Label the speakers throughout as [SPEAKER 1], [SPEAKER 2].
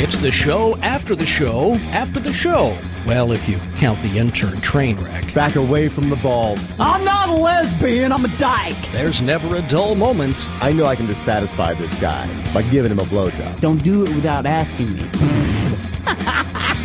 [SPEAKER 1] It's the show after the show after the show. Well, if you count the intern train wreck.
[SPEAKER 2] Back away from the balls.
[SPEAKER 3] I'm not a lesbian, I'm a dyke.
[SPEAKER 1] There's never a dull moment.
[SPEAKER 2] I know I can just satisfy this guy by giving him a blowjob.
[SPEAKER 3] Don't do it without asking me.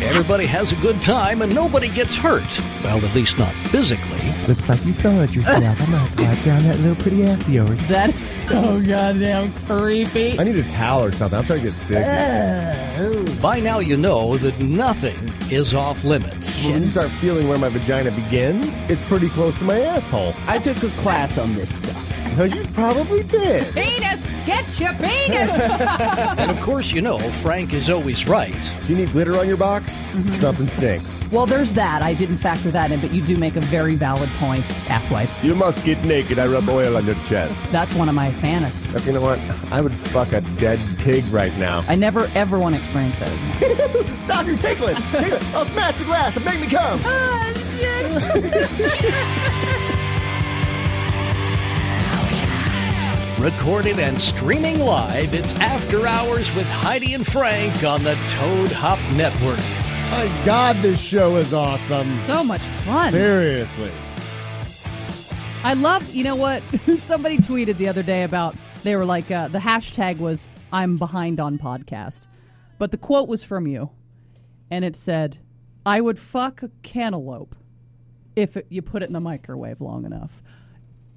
[SPEAKER 1] Everybody has a good time and nobody gets hurt. Well, at least not physically.
[SPEAKER 4] Looks like you soiled yourself. I'm gonna wipe down that little pretty ass of yours.
[SPEAKER 3] That is so goddamn creepy.
[SPEAKER 2] I need a towel or something. I'm trying to get sticky.
[SPEAKER 1] By now, you know that nothing is off limits.
[SPEAKER 2] When you start feeling where my vagina begins, it's pretty close to my asshole.
[SPEAKER 3] I took a class on this stuff.
[SPEAKER 2] No, you probably did.
[SPEAKER 3] Penis! Get your penis!
[SPEAKER 1] And of course, you know, Frank is always right.
[SPEAKER 2] You need glitter on your box? Something stinks.
[SPEAKER 5] Well, there's that. I didn't factor that in, but you do make a very valid point, asswipe.
[SPEAKER 2] You must get naked. I rub oil on your chest.
[SPEAKER 5] That's one of my fantasies.
[SPEAKER 2] You know what? I would fuck a dead pig right now.
[SPEAKER 5] I never ever want to experience that again.
[SPEAKER 2] Stop your tickling. Tickle. I'll smash the glass and make me come.
[SPEAKER 1] Recorded and streaming live, it's After Hours with Heidi and Frank on the Toad Hop Network.
[SPEAKER 2] My God, this show is awesome.
[SPEAKER 5] So much fun.
[SPEAKER 2] Seriously.
[SPEAKER 5] I love, you know what? Somebody tweeted the other day about, they were like, uh, the hashtag was, I'm behind on podcast. But the quote was from you, and it said, I would fuck a cantaloupe if it, you put it in the microwave long enough.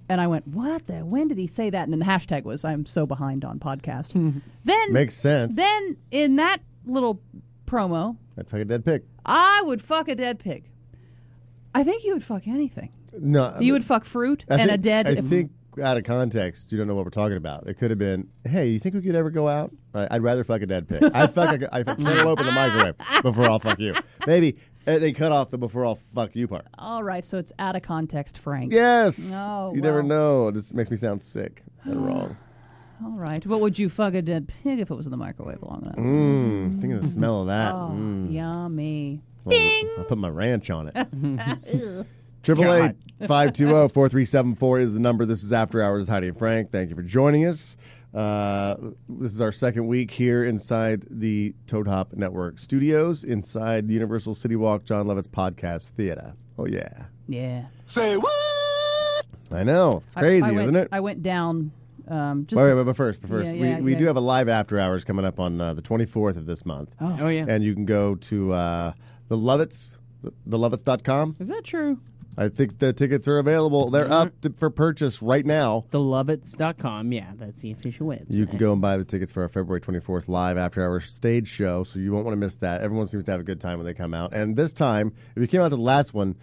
[SPEAKER 5] And I went, what the? When did he say that? And then the hashtag was, I'm so behind on podcast. then
[SPEAKER 2] Makes sense.
[SPEAKER 5] Then in that little promo,
[SPEAKER 2] I'd fuck a dead pig.
[SPEAKER 5] I would fuck a dead pig. I think you would fuck anything.
[SPEAKER 2] No. I mean-
[SPEAKER 5] You would fuck fruit
[SPEAKER 2] I
[SPEAKER 5] and a
[SPEAKER 2] think-
[SPEAKER 5] dead.
[SPEAKER 2] I think out of context, you don't know what we're talking about. It could have been, "Hey, you think we could ever go out?" I- I'd rather fuck a dead pig. I'd fuck a, I'd fuck a cantaloupe in the microwave before I'll fuck you. Maybe uh, they cut off the "before I'll fuck you" part.
[SPEAKER 5] All right, so it's out of context, Frank.
[SPEAKER 2] Yes.
[SPEAKER 5] Oh,
[SPEAKER 2] you never
[SPEAKER 5] wow.
[SPEAKER 2] know. This makes me sound sick and wrong.
[SPEAKER 5] All right, but would you fuck a dead pig if it was in the microwave long enough?
[SPEAKER 2] Mm, think of the smell of that.
[SPEAKER 5] Oh.
[SPEAKER 2] Mm.
[SPEAKER 5] Yummy.
[SPEAKER 2] Well, I'll put my ranch on it. Triple eight five two zero four three seven four is the number. This is After Hours. Heidi and Frank. Thank you for joining us. Uh, this is our second week here inside the Toad Hop Network studios, inside the Universal City Walk John Lovett's Podcast Theater. Oh yeah,
[SPEAKER 5] Yeah.
[SPEAKER 2] I know it's crazy,
[SPEAKER 5] I, I went,
[SPEAKER 2] isn't it?
[SPEAKER 5] I went down. Um, just
[SPEAKER 2] Wait, wait,
[SPEAKER 5] to
[SPEAKER 2] wait,
[SPEAKER 5] s-
[SPEAKER 2] but first, but first,
[SPEAKER 5] Yeah, yeah,
[SPEAKER 2] we, we
[SPEAKER 5] yeah.
[SPEAKER 2] do have a live after hours coming up on uh, the 24th of this month.
[SPEAKER 3] Oh, yeah.
[SPEAKER 2] And you can go to uh, the Lovitz, the Lovitz.com.
[SPEAKER 3] Is that true?
[SPEAKER 2] I think the tickets are available.
[SPEAKER 5] Mm-hmm.
[SPEAKER 2] They're up to, for purchase right now.
[SPEAKER 3] Thelovitz.com. Yeah, that's the official website.
[SPEAKER 2] You can go and buy the tickets for our February 24th live after hour stage show, so you won't want to miss that. Everyone seems to have a good time when they come out. And this time, if you came out to the last one,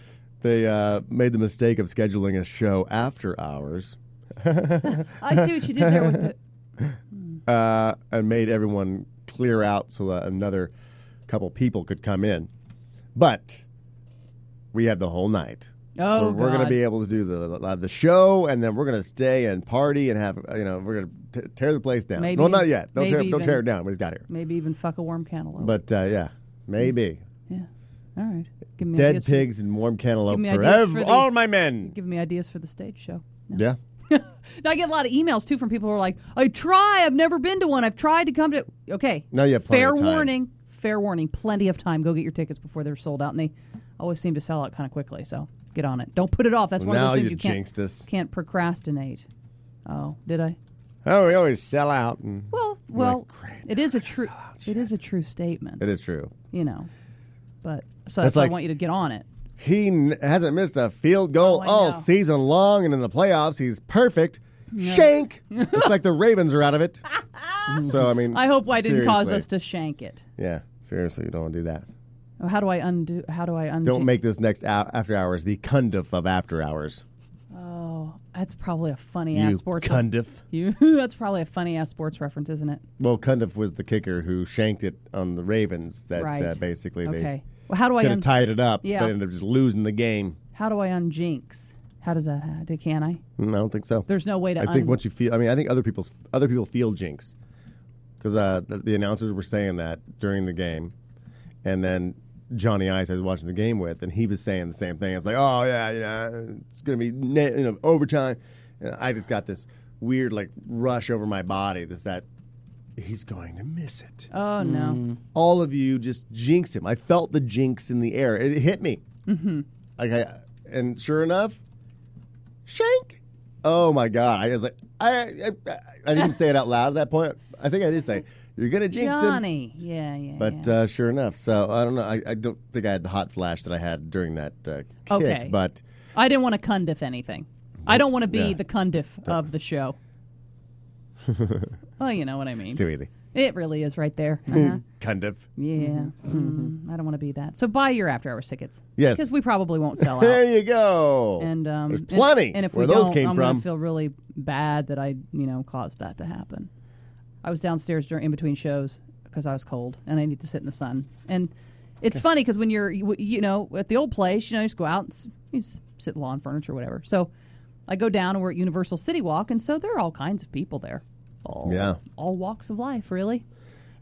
[SPEAKER 2] they uh, made the mistake of scheduling a show after hours
[SPEAKER 5] I see what you did there with the.
[SPEAKER 2] uh, and made everyone clear out so that another couple people could come in. But we had the whole night.
[SPEAKER 5] Oh,
[SPEAKER 2] so we're going to
[SPEAKER 5] God.
[SPEAKER 2] be able to do the the- the show, and then we're going to stay and party and have you know we're going to t- tear the place down.
[SPEAKER 5] Maybe-
[SPEAKER 2] well, not yet. Don't tear
[SPEAKER 5] maybe
[SPEAKER 2] don't tear it
[SPEAKER 5] even- Oh.
[SPEAKER 2] down. We just got here.
[SPEAKER 5] Maybe even fuck a warm cantaloupe.
[SPEAKER 2] But uh, yeah, maybe
[SPEAKER 5] yeah. All right. Give me
[SPEAKER 2] dead
[SPEAKER 5] ideas for-
[SPEAKER 2] pigs and warm cantaloupe
[SPEAKER 5] Give me
[SPEAKER 2] for,
[SPEAKER 5] ideas
[SPEAKER 2] ev-
[SPEAKER 5] for the-
[SPEAKER 2] all my men.
[SPEAKER 5] give me ideas for the stage show.
[SPEAKER 2] Yeah,
[SPEAKER 5] Now I get a lot of emails too from people who are like, "I try. I've never been to one. I've tried to come to." Okay.
[SPEAKER 2] No, you have plenty
[SPEAKER 5] fair
[SPEAKER 2] of time.
[SPEAKER 5] warning. Fair warning. Plenty of time. Go get your tickets before they're sold out, and they always seem to sell out kind of quickly. So get on it. Don't put it off. That's one of
[SPEAKER 2] now
[SPEAKER 5] those things
[SPEAKER 2] you,
[SPEAKER 5] you, can't
[SPEAKER 2] jinxed us.
[SPEAKER 5] can't procrastinate. Oh, did I?
[SPEAKER 2] Oh, we always sell out. And
[SPEAKER 5] Well, well, it is a true it is a true statement,
[SPEAKER 2] it is true.
[SPEAKER 5] you know. But so that's,
[SPEAKER 2] That's
[SPEAKER 5] why
[SPEAKER 2] like-
[SPEAKER 5] I want you to get on it.
[SPEAKER 2] He n- hasn't missed a field goal
[SPEAKER 5] Oh, I
[SPEAKER 2] all
[SPEAKER 5] know.
[SPEAKER 2] season long, and in the playoffs, he's perfect. Shank! it's like the Ravens are out of it. so, I mean,
[SPEAKER 5] I hope I didn't cause
[SPEAKER 2] seriously.
[SPEAKER 5] us to shank it.
[SPEAKER 2] Yeah, seriously, you don't want to do that.
[SPEAKER 5] Oh, How do I undo? How do I undo?
[SPEAKER 2] Don't make this next ou- after hours the cundiff of after hours.
[SPEAKER 5] That's probably a funny
[SPEAKER 2] you
[SPEAKER 5] ass sports.
[SPEAKER 2] cundiff.
[SPEAKER 5] You, that's probably a funny ass sports reference, isn't it?
[SPEAKER 2] Well, Cundiff was the kicker who shanked it on the Ravens. That
[SPEAKER 5] Right.
[SPEAKER 2] uh, basically
[SPEAKER 5] Okay. Well, how do
[SPEAKER 2] they
[SPEAKER 5] I
[SPEAKER 2] could have
[SPEAKER 5] un-
[SPEAKER 2] tied it up,
[SPEAKER 5] Yeah.
[SPEAKER 2] but ended up just losing the game.
[SPEAKER 5] how do I unjinx? How does that happen? Can I?
[SPEAKER 2] Mm, I don't think so.
[SPEAKER 5] There's no way to.
[SPEAKER 2] I think
[SPEAKER 5] un-
[SPEAKER 2] once you feel, I mean, I think other people's other people feel jinx because uh, the, the announcers were saying that during the game, and then Johnny Ice I was watching the game with, and he was saying the same thing. It's like, oh yeah, you know, it's gonna be na- you know overtime. And I just got this weird like rush over my body. This that he's going to miss it.
[SPEAKER 5] Oh no.
[SPEAKER 2] All of you just jinxed him. I felt the jinx in the air. It hit me.
[SPEAKER 5] Mm-hmm.
[SPEAKER 2] Like I, and sure enough, shank. Oh my god! I was like, I, I, I, I didn't say it out loud at that point. I think I did say, "You're gonna jinx him."
[SPEAKER 5] Johnny. Yeah, yeah.
[SPEAKER 2] But
[SPEAKER 5] yeah.
[SPEAKER 2] uh, sure enough, so I don't know. I, I don't think I had the hot flash that I had during that uh, kick.
[SPEAKER 5] Okay.
[SPEAKER 2] But
[SPEAKER 5] I didn't want to cundiff anything. I don't want to be
[SPEAKER 2] uh, Yeah.
[SPEAKER 5] the cundiff of the show. well, you know what I mean.
[SPEAKER 2] it's too easy.
[SPEAKER 5] It really is right there. Uh-huh.
[SPEAKER 2] Kind of.
[SPEAKER 5] yeah. Mm, I don't want to be that. So buy your after hours tickets.
[SPEAKER 2] Mm-hmm. Yes.
[SPEAKER 5] Because we probably won't sell out.
[SPEAKER 2] There you go.
[SPEAKER 5] and um,
[SPEAKER 2] There's
[SPEAKER 5] and-
[SPEAKER 2] plenty.
[SPEAKER 5] And, if
[SPEAKER 2] where
[SPEAKER 5] we
[SPEAKER 2] those
[SPEAKER 5] don't,
[SPEAKER 2] came
[SPEAKER 5] I'm
[SPEAKER 2] from.
[SPEAKER 5] gonna feel really bad that I, you know, caused that to happen. I was downstairs during in between shows because I was cold and I need to sit in the sun. And it's funny because when you're, you, you know, at the old place, you know, you just go out and s- you just sit lawn furniture, or whatever. So I go down and we're at Universal City Walk, and so there are all kinds of people there. All,
[SPEAKER 2] Yeah. Oh,
[SPEAKER 5] all walks of life, really.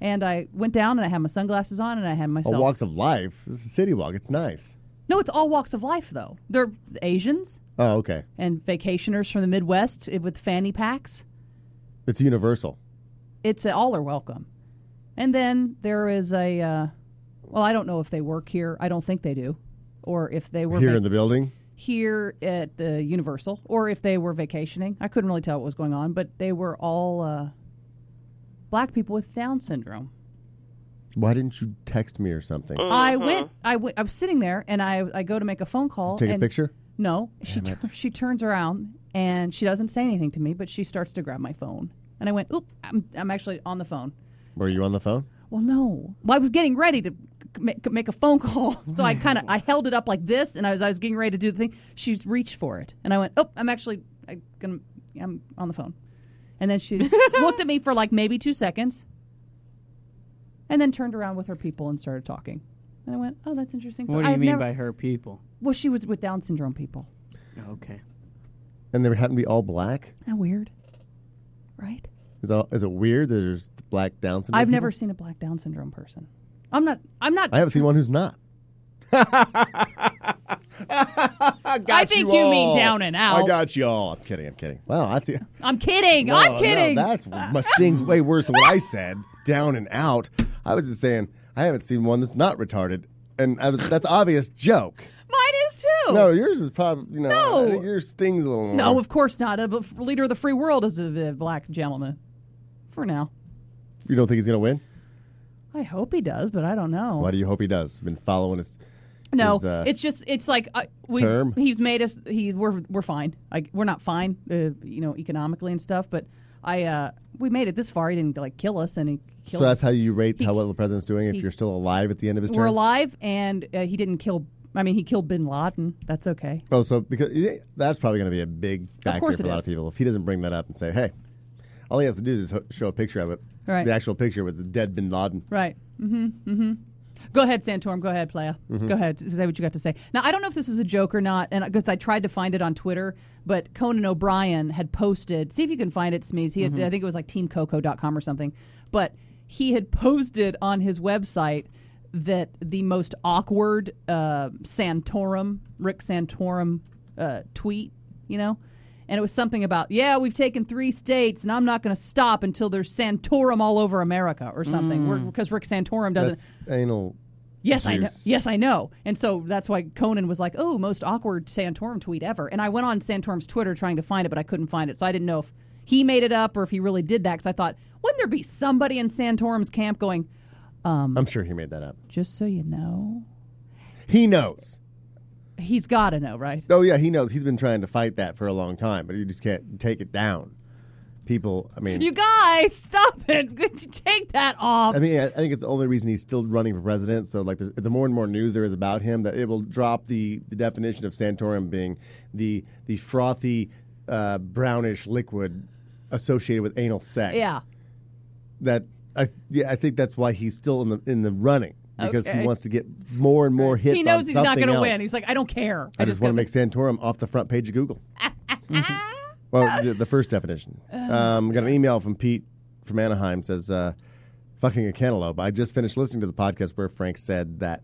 [SPEAKER 5] And I went down and I had my sunglasses on and I had myself.
[SPEAKER 2] All walks of life. This is a city walk. It's nice.
[SPEAKER 5] no, it's all walks of life though. They're Asians
[SPEAKER 2] Oh, okay.
[SPEAKER 5] and vacationers from the Midwest eh, with fanny packs.
[SPEAKER 2] It's universal.
[SPEAKER 5] It's all are welcome. And then there is a, uh, well, I don't know if they work here. I don't think they do, or if they were
[SPEAKER 2] Here
[SPEAKER 5] vac-
[SPEAKER 2] in the building.
[SPEAKER 5] here at the Universal, or if they were vacationing. I couldn't really tell what was going on, but they were all uh, black people with Down syndrome.
[SPEAKER 2] Why didn't you text me or something?
[SPEAKER 5] I went. I went. I was sitting there, and I I go to make a phone call.
[SPEAKER 2] Take a
[SPEAKER 5] and-
[SPEAKER 2] picture?
[SPEAKER 5] No, she tur- she turns around and she doesn't say anything to me, but she starts to grab my phone, and I went, "Oop, I'm I'm actually on the phone."
[SPEAKER 2] Were you on the phone?
[SPEAKER 5] Well, no. Well, I was getting ready to c- make, make a phone call, so I kind of I held it up like this, and as I was getting ready to do the thing, she's reached for it, and I went, "Oh, I'm actually I gonna I'm on the phone," and then she looked at me for like maybe two seconds, and then turned around with her people and started talking, and I went, "Oh, that's interesting."
[SPEAKER 6] What do you
[SPEAKER 5] I've
[SPEAKER 6] mean
[SPEAKER 5] never-
[SPEAKER 6] by her people?
[SPEAKER 5] Well, she was with Down syndrome people.
[SPEAKER 6] Okay.
[SPEAKER 2] And they happen to be all black?
[SPEAKER 5] Isn't that weird? Right?
[SPEAKER 2] Is, that, is it weird that there's black Down syndrome?
[SPEAKER 5] I've never
[SPEAKER 2] people?
[SPEAKER 5] seen a black Down syndrome person. I'm not. I'm not.
[SPEAKER 2] I haven't seen one who's not. I
[SPEAKER 5] think you mean down and out.
[SPEAKER 2] I got you all. I'm kidding. I'm kidding. Wow, I see.
[SPEAKER 5] I'm kidding. I'm
[SPEAKER 2] No,
[SPEAKER 5] kidding.
[SPEAKER 2] No, that's my sting's way worse than what I said. Down and out. I was just saying I haven't seen one that's not retarded, and I was that's obvious joke.
[SPEAKER 5] Mine is too.
[SPEAKER 2] No, yours is probably you know
[SPEAKER 5] No.
[SPEAKER 2] I think your stings a little more.
[SPEAKER 5] No, of course not. A b- leader of the free world is a, a black gentleman. For now,
[SPEAKER 2] you don't think he's gonna win?
[SPEAKER 5] I hope he does, but I don't know.
[SPEAKER 2] Why do you hope he does? Been following his.
[SPEAKER 5] No,
[SPEAKER 2] his, uh,
[SPEAKER 5] it's just it's like uh, we
[SPEAKER 2] term?
[SPEAKER 5] he's made us he we're we're fine. Like we're not fine, uh, you know, economically and stuff. But I uh we made it this far. He didn't like kill us, and he
[SPEAKER 2] So
[SPEAKER 5] killed.
[SPEAKER 2] that's how you rate
[SPEAKER 5] He-
[SPEAKER 2] how well the president's doing if
[SPEAKER 5] he-
[SPEAKER 2] you're still alive at the end of his
[SPEAKER 5] we're
[SPEAKER 2] term.
[SPEAKER 5] alive, and uh, he didn't kill. I mean, he killed Bin Laden. That's okay.
[SPEAKER 2] Oh, so because eh, that's probably going to be a big factor
[SPEAKER 5] course
[SPEAKER 2] for
[SPEAKER 5] it
[SPEAKER 2] a lot
[SPEAKER 5] is.
[SPEAKER 2] of people. If he doesn't bring that up and say, "Hey," all he has to do is ho- show a picture of it,
[SPEAKER 5] Right.
[SPEAKER 2] the actual picture with the dead Bin Laden.
[SPEAKER 5] Right. Mm-hmm. Mm-hmm. Go ahead, Santorum. Go ahead, player. Go ahead. Say what you got to say. Now, I don't know if this is a joke or not, and because I tried to find it on Twitter, but Conan O'Brien had posted. See if you can find it, Smeeze. He had, I think it was like TeamCoco.com or something. But he had posted on his website that the most awkward uh, Santorum, Rick Santorum uh, tweet, you know? And it was something about, yeah, we've taken three states, and I'm not going to stop until there's Santorum all over America or something. Because Rick Santorum doesn't.
[SPEAKER 2] That's anal.
[SPEAKER 5] yes, I know.
[SPEAKER 2] juice.
[SPEAKER 5] Yes, I know. And so that's why Conan was like, oh, most awkward Santorum tweet ever. And I went on Santorum's Twitter trying to find it, but I couldn't find it. So I didn't know if he made it up or if he really did that. Because I thought, wouldn't there be somebody in Santorum's camp going, Um,
[SPEAKER 2] I'm sure he made that up.
[SPEAKER 5] just so you know?
[SPEAKER 2] He knows.
[SPEAKER 5] He's got to know, right?
[SPEAKER 2] Oh yeah, he knows. He's been trying to fight that for a long time, but you just can't take it down. People, I mean,
[SPEAKER 5] You guys, stop it. Could you take that off?
[SPEAKER 2] I mean, I I think it's the only reason he's still running for president. So, like, there's- the more and more news there is about him, that it will drop the, the definition of Santorum being the the frothy, uh, brownish liquid associated with anal sex.
[SPEAKER 5] Yeah.
[SPEAKER 2] That I yeah, I think that's why he's still in the in the running because
[SPEAKER 5] Okay.
[SPEAKER 2] he wants to get more and more hits.
[SPEAKER 5] He knows
[SPEAKER 2] on
[SPEAKER 5] he's not
[SPEAKER 2] something
[SPEAKER 5] going
[SPEAKER 2] else.
[SPEAKER 5] to win. He's like, I don't care.
[SPEAKER 2] I, just, want to
[SPEAKER 5] gotta-
[SPEAKER 2] make Santorum off the front page of Google. Mm-hmm. well, the, the first definition. Um, got an email from Pete from Anaheim says, uh, "Fucking a cantaloupe." I just finished listening to the podcast where Frank said that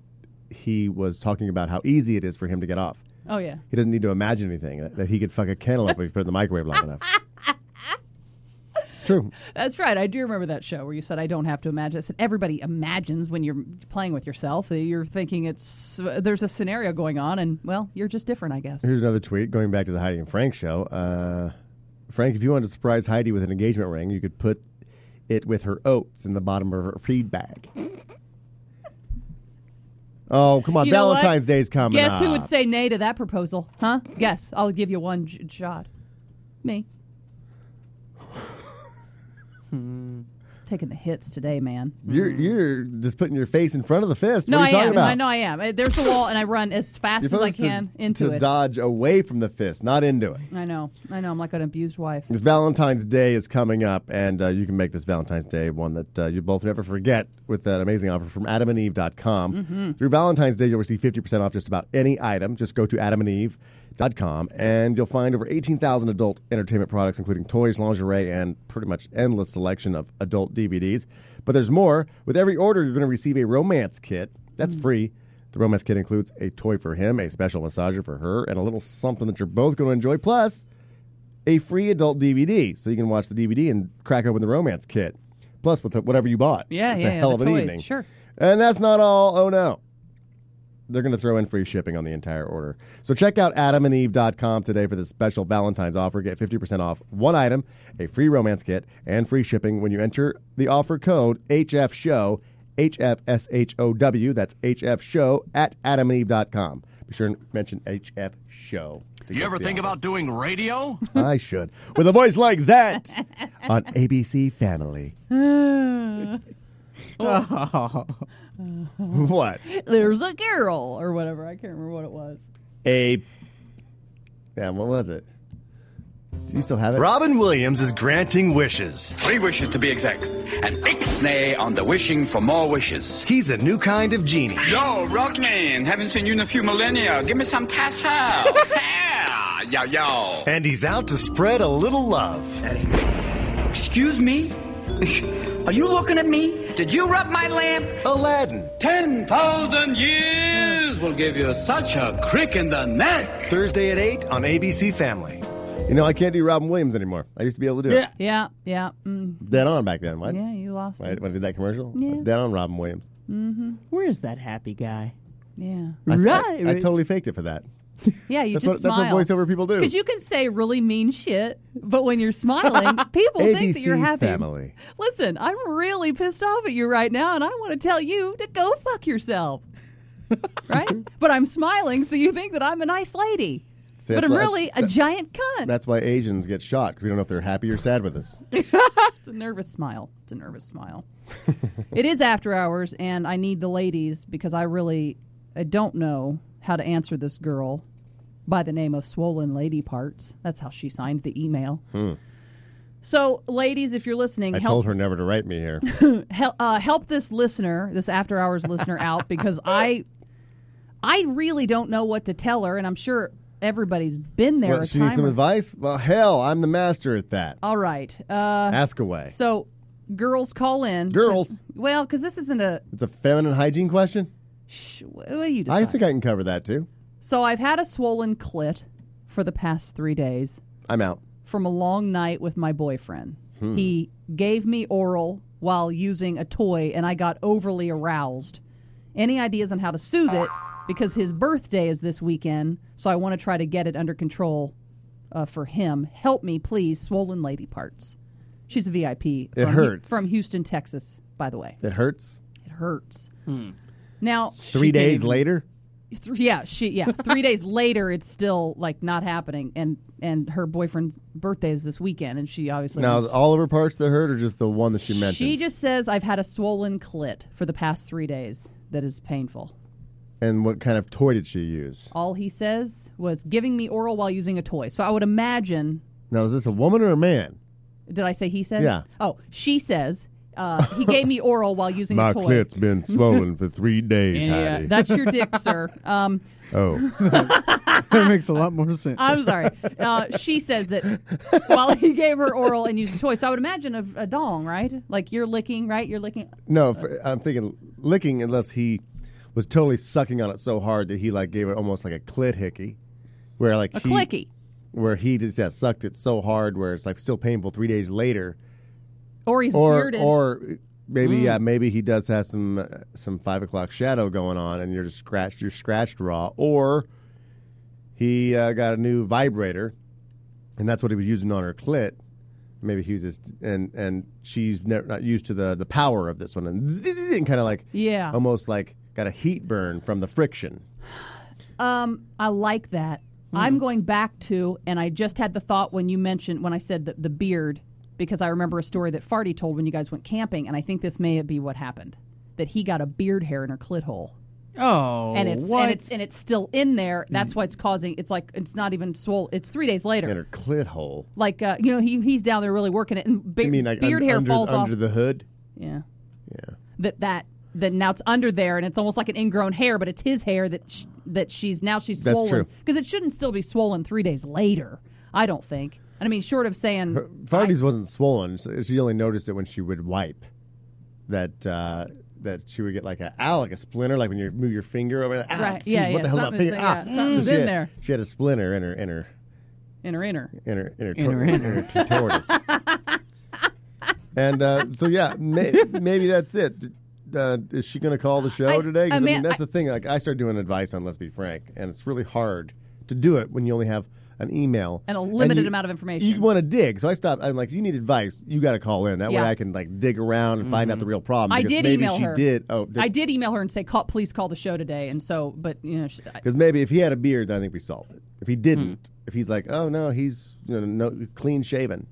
[SPEAKER 2] he was talking about how easy it is for him to get off.
[SPEAKER 5] Oh yeah.
[SPEAKER 2] He doesn't need to imagine anything. That, that he could fuck a cantaloupe if you put it in the microwave long enough. true.
[SPEAKER 5] That's right. I do remember that show where you said, I don't have to imagine. I said, everybody imagines when you're playing with yourself. You're thinking it's there's a scenario going on, and well, you're just different, I guess.
[SPEAKER 2] Here's another tweet going back to the Heidi and Frank show. Uh, Frank, if you wanted to surprise Heidi with an engagement ring, you could put it with her oats in the bottom of her feed bag. Oh, come on.
[SPEAKER 5] You know what?
[SPEAKER 2] Valentine's Day's coming
[SPEAKER 5] Guess who
[SPEAKER 2] up.
[SPEAKER 5] would say nay to that proposal? Huh? Guess. I'll give you one j- shot. Me. Taking the hits today, man.
[SPEAKER 2] You're, you're just putting your face in front of the fist.
[SPEAKER 5] No,
[SPEAKER 2] what are
[SPEAKER 5] I
[SPEAKER 2] you talking
[SPEAKER 5] am.
[SPEAKER 2] about?
[SPEAKER 5] I know I am. Uh, There's the wall, and I run as fast
[SPEAKER 2] You're
[SPEAKER 5] as I
[SPEAKER 2] supposed to-
[SPEAKER 5] can into
[SPEAKER 2] to
[SPEAKER 5] it.
[SPEAKER 2] dodge away from the fist, not into it.
[SPEAKER 5] I know. I know. I'm like an abused wife.
[SPEAKER 2] This Valentine's Day is coming up, and uh, you can make this Valentine's Day one that uh, you both never forget with that amazing offer from adamandeve.com. Through Valentine's Day, you'll receive 50% off just about any item. Just go to adamandeve.com, and you'll find over 18,000 adult entertainment products, including toys, lingerie, and pretty much endless selection of adult DVDs. But there's more. With every order, you're going to receive a romance kit. That's free. The romance kit includes a toy for him, a special massager for her, and a little something that you're both going to enjoy. Plus, a free adult DVD, so you can watch the DVD and crack open the romance kit. Plus, with whatever you bought,
[SPEAKER 5] Yeah,
[SPEAKER 2] it's
[SPEAKER 5] yeah,
[SPEAKER 2] a
[SPEAKER 5] yeah,
[SPEAKER 2] hell of
[SPEAKER 5] the
[SPEAKER 2] an
[SPEAKER 5] toys,
[SPEAKER 2] evening.
[SPEAKER 5] sure.
[SPEAKER 2] And that's not all. Oh no, they're going to throw in free shipping on the entire order. So check out AdamAndEve.com today for this special Valentine's offer. Get fifty percent off one item, a free romance kit, and free shipping when you enter the offer code HF Show, H F S H O W. That's HF Show at AdamAndEve.com. Be sure and mention HF Show. to
[SPEAKER 6] You
[SPEAKER 2] get
[SPEAKER 6] ever
[SPEAKER 2] the
[SPEAKER 6] think
[SPEAKER 2] offer.
[SPEAKER 6] about doing radio?
[SPEAKER 2] I should. With a voice like that on ABC Family.
[SPEAKER 5] Oh.
[SPEAKER 2] what?
[SPEAKER 5] There's a girl or whatever. I can't remember what it was.
[SPEAKER 2] A. Yeah, what was it? Do you still have it?
[SPEAKER 7] Robin Williams is granting wishes.
[SPEAKER 8] Three wishes to be exact. An ixnay on the wishing for more wishes.
[SPEAKER 7] He's a new kind of genie.
[SPEAKER 8] Yo, Rockman, haven't seen you in a few millennia. Give me some tassel. yeah, yo, yo.
[SPEAKER 7] And he's out to spread a little love.
[SPEAKER 8] Excuse me? Are you looking at me? Did you rub my lamp?
[SPEAKER 7] Aladdin,
[SPEAKER 8] 10,000 years will give you such a crick in the neck.
[SPEAKER 7] Thursday at 8 on ABC Family.
[SPEAKER 2] You know, I can't do Robin Williams anymore. I used to be able to do it.
[SPEAKER 5] Yeah, yeah, mm,
[SPEAKER 2] Dead on back then. What?
[SPEAKER 5] yeah. You lost
[SPEAKER 2] When I
[SPEAKER 5] it.
[SPEAKER 2] when I did that commercial? I was
[SPEAKER 5] Yeah.
[SPEAKER 2] Dead on Robin Williams.
[SPEAKER 3] Where is that happy guy?
[SPEAKER 5] Yeah,
[SPEAKER 2] I, I totally faked it for that.
[SPEAKER 5] yeah. You
[SPEAKER 2] That's
[SPEAKER 5] just
[SPEAKER 2] what, that's what
[SPEAKER 5] smile.
[SPEAKER 2] voiceover people do.
[SPEAKER 5] Because you can say really mean shit, but when you're smiling, people think that
[SPEAKER 2] ABC
[SPEAKER 5] you're happy.
[SPEAKER 2] Family.
[SPEAKER 5] Listen, I'm really pissed off at you right now, and I want to tell you to go fuck yourself. right? But I'm smiling, so you think that I'm a nice lady.
[SPEAKER 2] See,
[SPEAKER 5] but
[SPEAKER 2] that's
[SPEAKER 5] I'm
[SPEAKER 2] why-
[SPEAKER 5] really a giant cunt.
[SPEAKER 2] That's why Asians get shot because we don't know if they're happy or sad with us.
[SPEAKER 5] It's a nervous smile. It's a nervous smile. it is after hours, and I need the ladies because I really I don't know how to answer this girl by the name of Swollen Lady Parts. That's how she signed the email. So, ladies, if you're listening,
[SPEAKER 2] Hmm. I
[SPEAKER 5] help
[SPEAKER 2] told her never to write me here.
[SPEAKER 5] hel- uh, help this listener, this after hours listener, out because I, I really don't know what to tell her, and I'm sure everybody's been there.
[SPEAKER 2] Well,
[SPEAKER 5] a
[SPEAKER 2] she needs
[SPEAKER 5] time
[SPEAKER 2] some
[SPEAKER 5] or-
[SPEAKER 2] advice? Well, hell, I'm the master at that.
[SPEAKER 5] All right. Uh,
[SPEAKER 2] Ask away.
[SPEAKER 5] so, girls, call in.
[SPEAKER 2] Girls.
[SPEAKER 5] Well, because this isn't a.
[SPEAKER 2] It's a feminine hygiene question.
[SPEAKER 5] Sh- well, you
[SPEAKER 2] I
[SPEAKER 5] decide.
[SPEAKER 2] think I can cover that too.
[SPEAKER 5] so I've had a swollen clit for the past three days
[SPEAKER 2] I'm out.
[SPEAKER 5] from a long night with my boyfriend.
[SPEAKER 2] Hmm.
[SPEAKER 5] He gave me oral while using a toy, and I got overly aroused. Any ideas on how to soothe it? Because his birthday is this weekend, so I want to try to get it under control uh, for him. Help me, please. Swollen lady parts. She's a VIP. from Hu-
[SPEAKER 2] hurts.
[SPEAKER 5] from Houston, Texas, by the way.
[SPEAKER 2] It hurts.
[SPEAKER 5] It hurts. Now,
[SPEAKER 2] Three
[SPEAKER 3] She can't
[SPEAKER 2] days
[SPEAKER 3] even-
[SPEAKER 2] later,
[SPEAKER 5] Th- yeah she yeah three days later it's still like not happening and and her boyfriend's birthday is this weekend and she obviously
[SPEAKER 2] now is
[SPEAKER 5] wants-
[SPEAKER 2] all of her parts that hurt, or just the one that she mentioned?
[SPEAKER 5] she just says i've had a swollen clit for the past three days that is painful
[SPEAKER 2] and what kind of toy did she use?
[SPEAKER 5] all he says was giving me oral while using a toy so i would imagine
[SPEAKER 2] Now is this a woman or a man?
[SPEAKER 5] did i say he said
[SPEAKER 2] Yeah.
[SPEAKER 5] oh she says uh, he gave me oral while using a toy
[SPEAKER 2] been swollen for three days,
[SPEAKER 3] Yeah,
[SPEAKER 5] that's your dick sir um,
[SPEAKER 2] oh,
[SPEAKER 4] that makes a lot more sense.
[SPEAKER 5] I'm sorry. Uh, she says that while he gave her oral and used a toy, so I would imagine a, a dong, right? Like you're licking, right? You're licking.
[SPEAKER 2] no! For, I'm thinking licking, unless he was totally sucking on it so hard that he like gave it almost like a clit hickey, where like
[SPEAKER 5] A
[SPEAKER 2] he,
[SPEAKER 5] clicky.
[SPEAKER 2] where he just yeah, sucked it so hard where it's like still painful three days later
[SPEAKER 5] Or he's
[SPEAKER 2] or
[SPEAKER 5] bearded.
[SPEAKER 2] or maybe
[SPEAKER 5] Mm.
[SPEAKER 2] yeah, maybe he does have some uh, some five o'clock shadow going on, and you're just scratched. You're scratched raw, or he uh, got a new vibrator, and that's what he was using on her clit. Maybe he was just and and she's never, not used to the the power of this one, and, and kind of like
[SPEAKER 5] Yeah.
[SPEAKER 2] almost like got a heat burn from the friction.
[SPEAKER 5] Um, I like that. I'm going back to, and I just had the thought when you mentioned when I said the, the beard, because I remember a story that Farty told when you guys went camping, and I think this may be what happened that he got a beard hair in her clit hole,
[SPEAKER 3] Oh,
[SPEAKER 5] and it's
[SPEAKER 3] what?
[SPEAKER 5] and it's and it's still in there. That's why it's causing. It's like it's not even swollen. It's three days later.
[SPEAKER 2] In her clit hole.
[SPEAKER 5] Like uh, you know, he he's down there really working it, and be-
[SPEAKER 2] I mean, like
[SPEAKER 5] beard
[SPEAKER 2] un-
[SPEAKER 5] hair
[SPEAKER 2] under,
[SPEAKER 5] falls
[SPEAKER 2] under
[SPEAKER 5] off.
[SPEAKER 2] the hood.
[SPEAKER 5] yeah, yeah. That that that now it's under there, and it's almost like an ingrown hair, but it's his hair that sh- that she's now she's
[SPEAKER 2] That's
[SPEAKER 5] swollen
[SPEAKER 2] true.
[SPEAKER 5] because it shouldn't still be swollen three days later. I don't think. And I mean, short of saying,
[SPEAKER 2] Vardy's wasn't swollen. So she only noticed it when she would wipe. That uh, that she would get like a ow, like a splinter, like when you move your finger over. Like, ah,
[SPEAKER 5] Right.
[SPEAKER 2] jeez,
[SPEAKER 5] Yeah,
[SPEAKER 2] What
[SPEAKER 5] yeah,
[SPEAKER 2] the hell? am I
[SPEAKER 5] something's
[SPEAKER 2] thinking?
[SPEAKER 5] there,
[SPEAKER 2] Ah.
[SPEAKER 5] yeah, something's
[SPEAKER 2] she
[SPEAKER 5] in
[SPEAKER 2] had-
[SPEAKER 5] there.
[SPEAKER 2] She had a splinter in her in her
[SPEAKER 5] inner inner,
[SPEAKER 2] in her in her,
[SPEAKER 3] In her
[SPEAKER 2] tor-
[SPEAKER 3] inner.
[SPEAKER 2] in her tortoise. and uh, so yeah, may, maybe that's it. Uh, is she going to call the show
[SPEAKER 5] I-
[SPEAKER 2] today?
[SPEAKER 5] I
[SPEAKER 2] Because I,
[SPEAKER 5] mean,
[SPEAKER 2] mean, that's
[SPEAKER 5] I-
[SPEAKER 2] the thing. Like I started doing advice on Let's Be Frank, and it's really hard to do it when you only have an email
[SPEAKER 5] And a limited
[SPEAKER 2] you-
[SPEAKER 5] amount of information.
[SPEAKER 2] You want to dig, so I stopped. I'm like, you need advice. You got to call in. That
[SPEAKER 5] Yeah. Mm-hmm.
[SPEAKER 2] way, I can like dig around and find out the real problem.
[SPEAKER 5] I
[SPEAKER 2] because
[SPEAKER 5] did
[SPEAKER 2] maybe
[SPEAKER 5] email
[SPEAKER 2] she
[SPEAKER 5] her.
[SPEAKER 2] Did oh, did,
[SPEAKER 5] I did email her and say, call, please call the show today. And so, but you know, she, I-
[SPEAKER 2] Because maybe if he had a beard, then I think we solved it. If he
[SPEAKER 5] Hmm.
[SPEAKER 2] didn't, if he's like, oh no, he's you know, no clean shaven.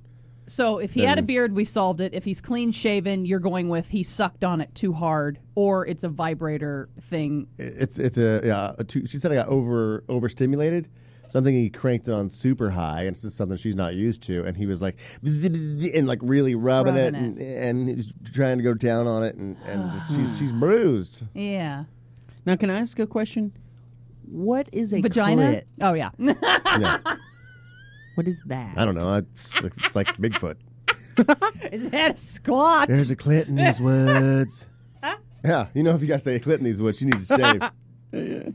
[SPEAKER 5] so if he had a beard, we solved it. If he's clean shaven, you're going with he sucked on it too hard, or it's a vibrator thing.
[SPEAKER 2] It's it's a yeah. A two, she said I got over overstimulated. So I'm thinking he cranked it on super high, and this is something she's not used to. And he was like, "Bzz, bzz," and like really rubbing,
[SPEAKER 5] Rubbing
[SPEAKER 2] it, And, and he's trying to go down on it, and, and just, she's she's bruised.
[SPEAKER 5] Yeah,
[SPEAKER 3] now, can I ask a question? What is a
[SPEAKER 5] vagina.
[SPEAKER 3] clit?
[SPEAKER 5] Oh yeah.
[SPEAKER 2] Yeah.
[SPEAKER 3] What is that?
[SPEAKER 2] I don't know. It's, like- it's like Bigfoot.
[SPEAKER 3] Is that a squat?
[SPEAKER 2] There's a clit in these woods. yeah, you know if you gotta say a clit in these woods, she needs to shave.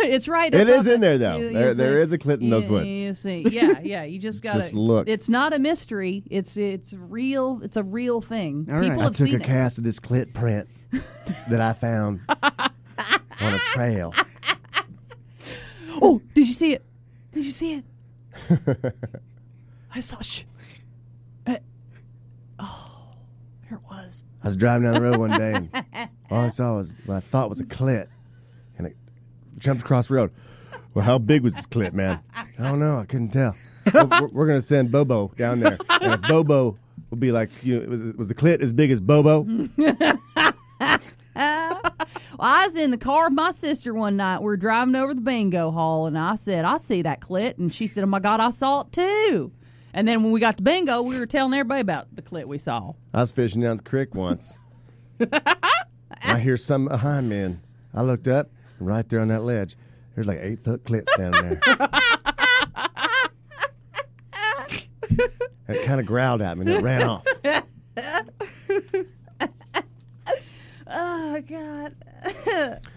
[SPEAKER 5] it's right.
[SPEAKER 2] It
[SPEAKER 5] above
[SPEAKER 2] is in there, though.
[SPEAKER 5] You- you
[SPEAKER 2] There- there
[SPEAKER 5] see-
[SPEAKER 2] is a clit in those
[SPEAKER 5] you-
[SPEAKER 2] woods.
[SPEAKER 5] you see. Yeah, yeah. You just got to
[SPEAKER 2] Just look.
[SPEAKER 5] It's not a mystery. It's it's real. It's a real thing.
[SPEAKER 3] All right.
[SPEAKER 5] People
[SPEAKER 3] I
[SPEAKER 2] I
[SPEAKER 5] have
[SPEAKER 2] took
[SPEAKER 5] seen
[SPEAKER 2] a
[SPEAKER 5] it.
[SPEAKER 2] cast of this clit print that I found on a trail.
[SPEAKER 5] Oh, did you see it? Did you see it? I saw. Sh- I- oh, there it was.
[SPEAKER 2] I was driving down the road one day, and all I saw was what I thought was a clit, and it jumped across the road. Well, how big was this clit, man? I don't know. I couldn't tell. Well, we're, we're gonna send Bobo down there, and if Bobo will be like, you know, was, was the clit as big as Bobo?
[SPEAKER 5] Well, I was in the car with my sister one night. We were driving over the bingo hall, and I said, I see that clit. And she said, Oh my God, I saw it too. And then when we got to bingo, we were telling everybody about the clit we saw.
[SPEAKER 2] I was fishing down the creek once. I hear something behind me, and I looked up, and right there on that ledge, there's like eight foot clits down there. And it kind of growled at me and it ran off.
[SPEAKER 5] Oh, God.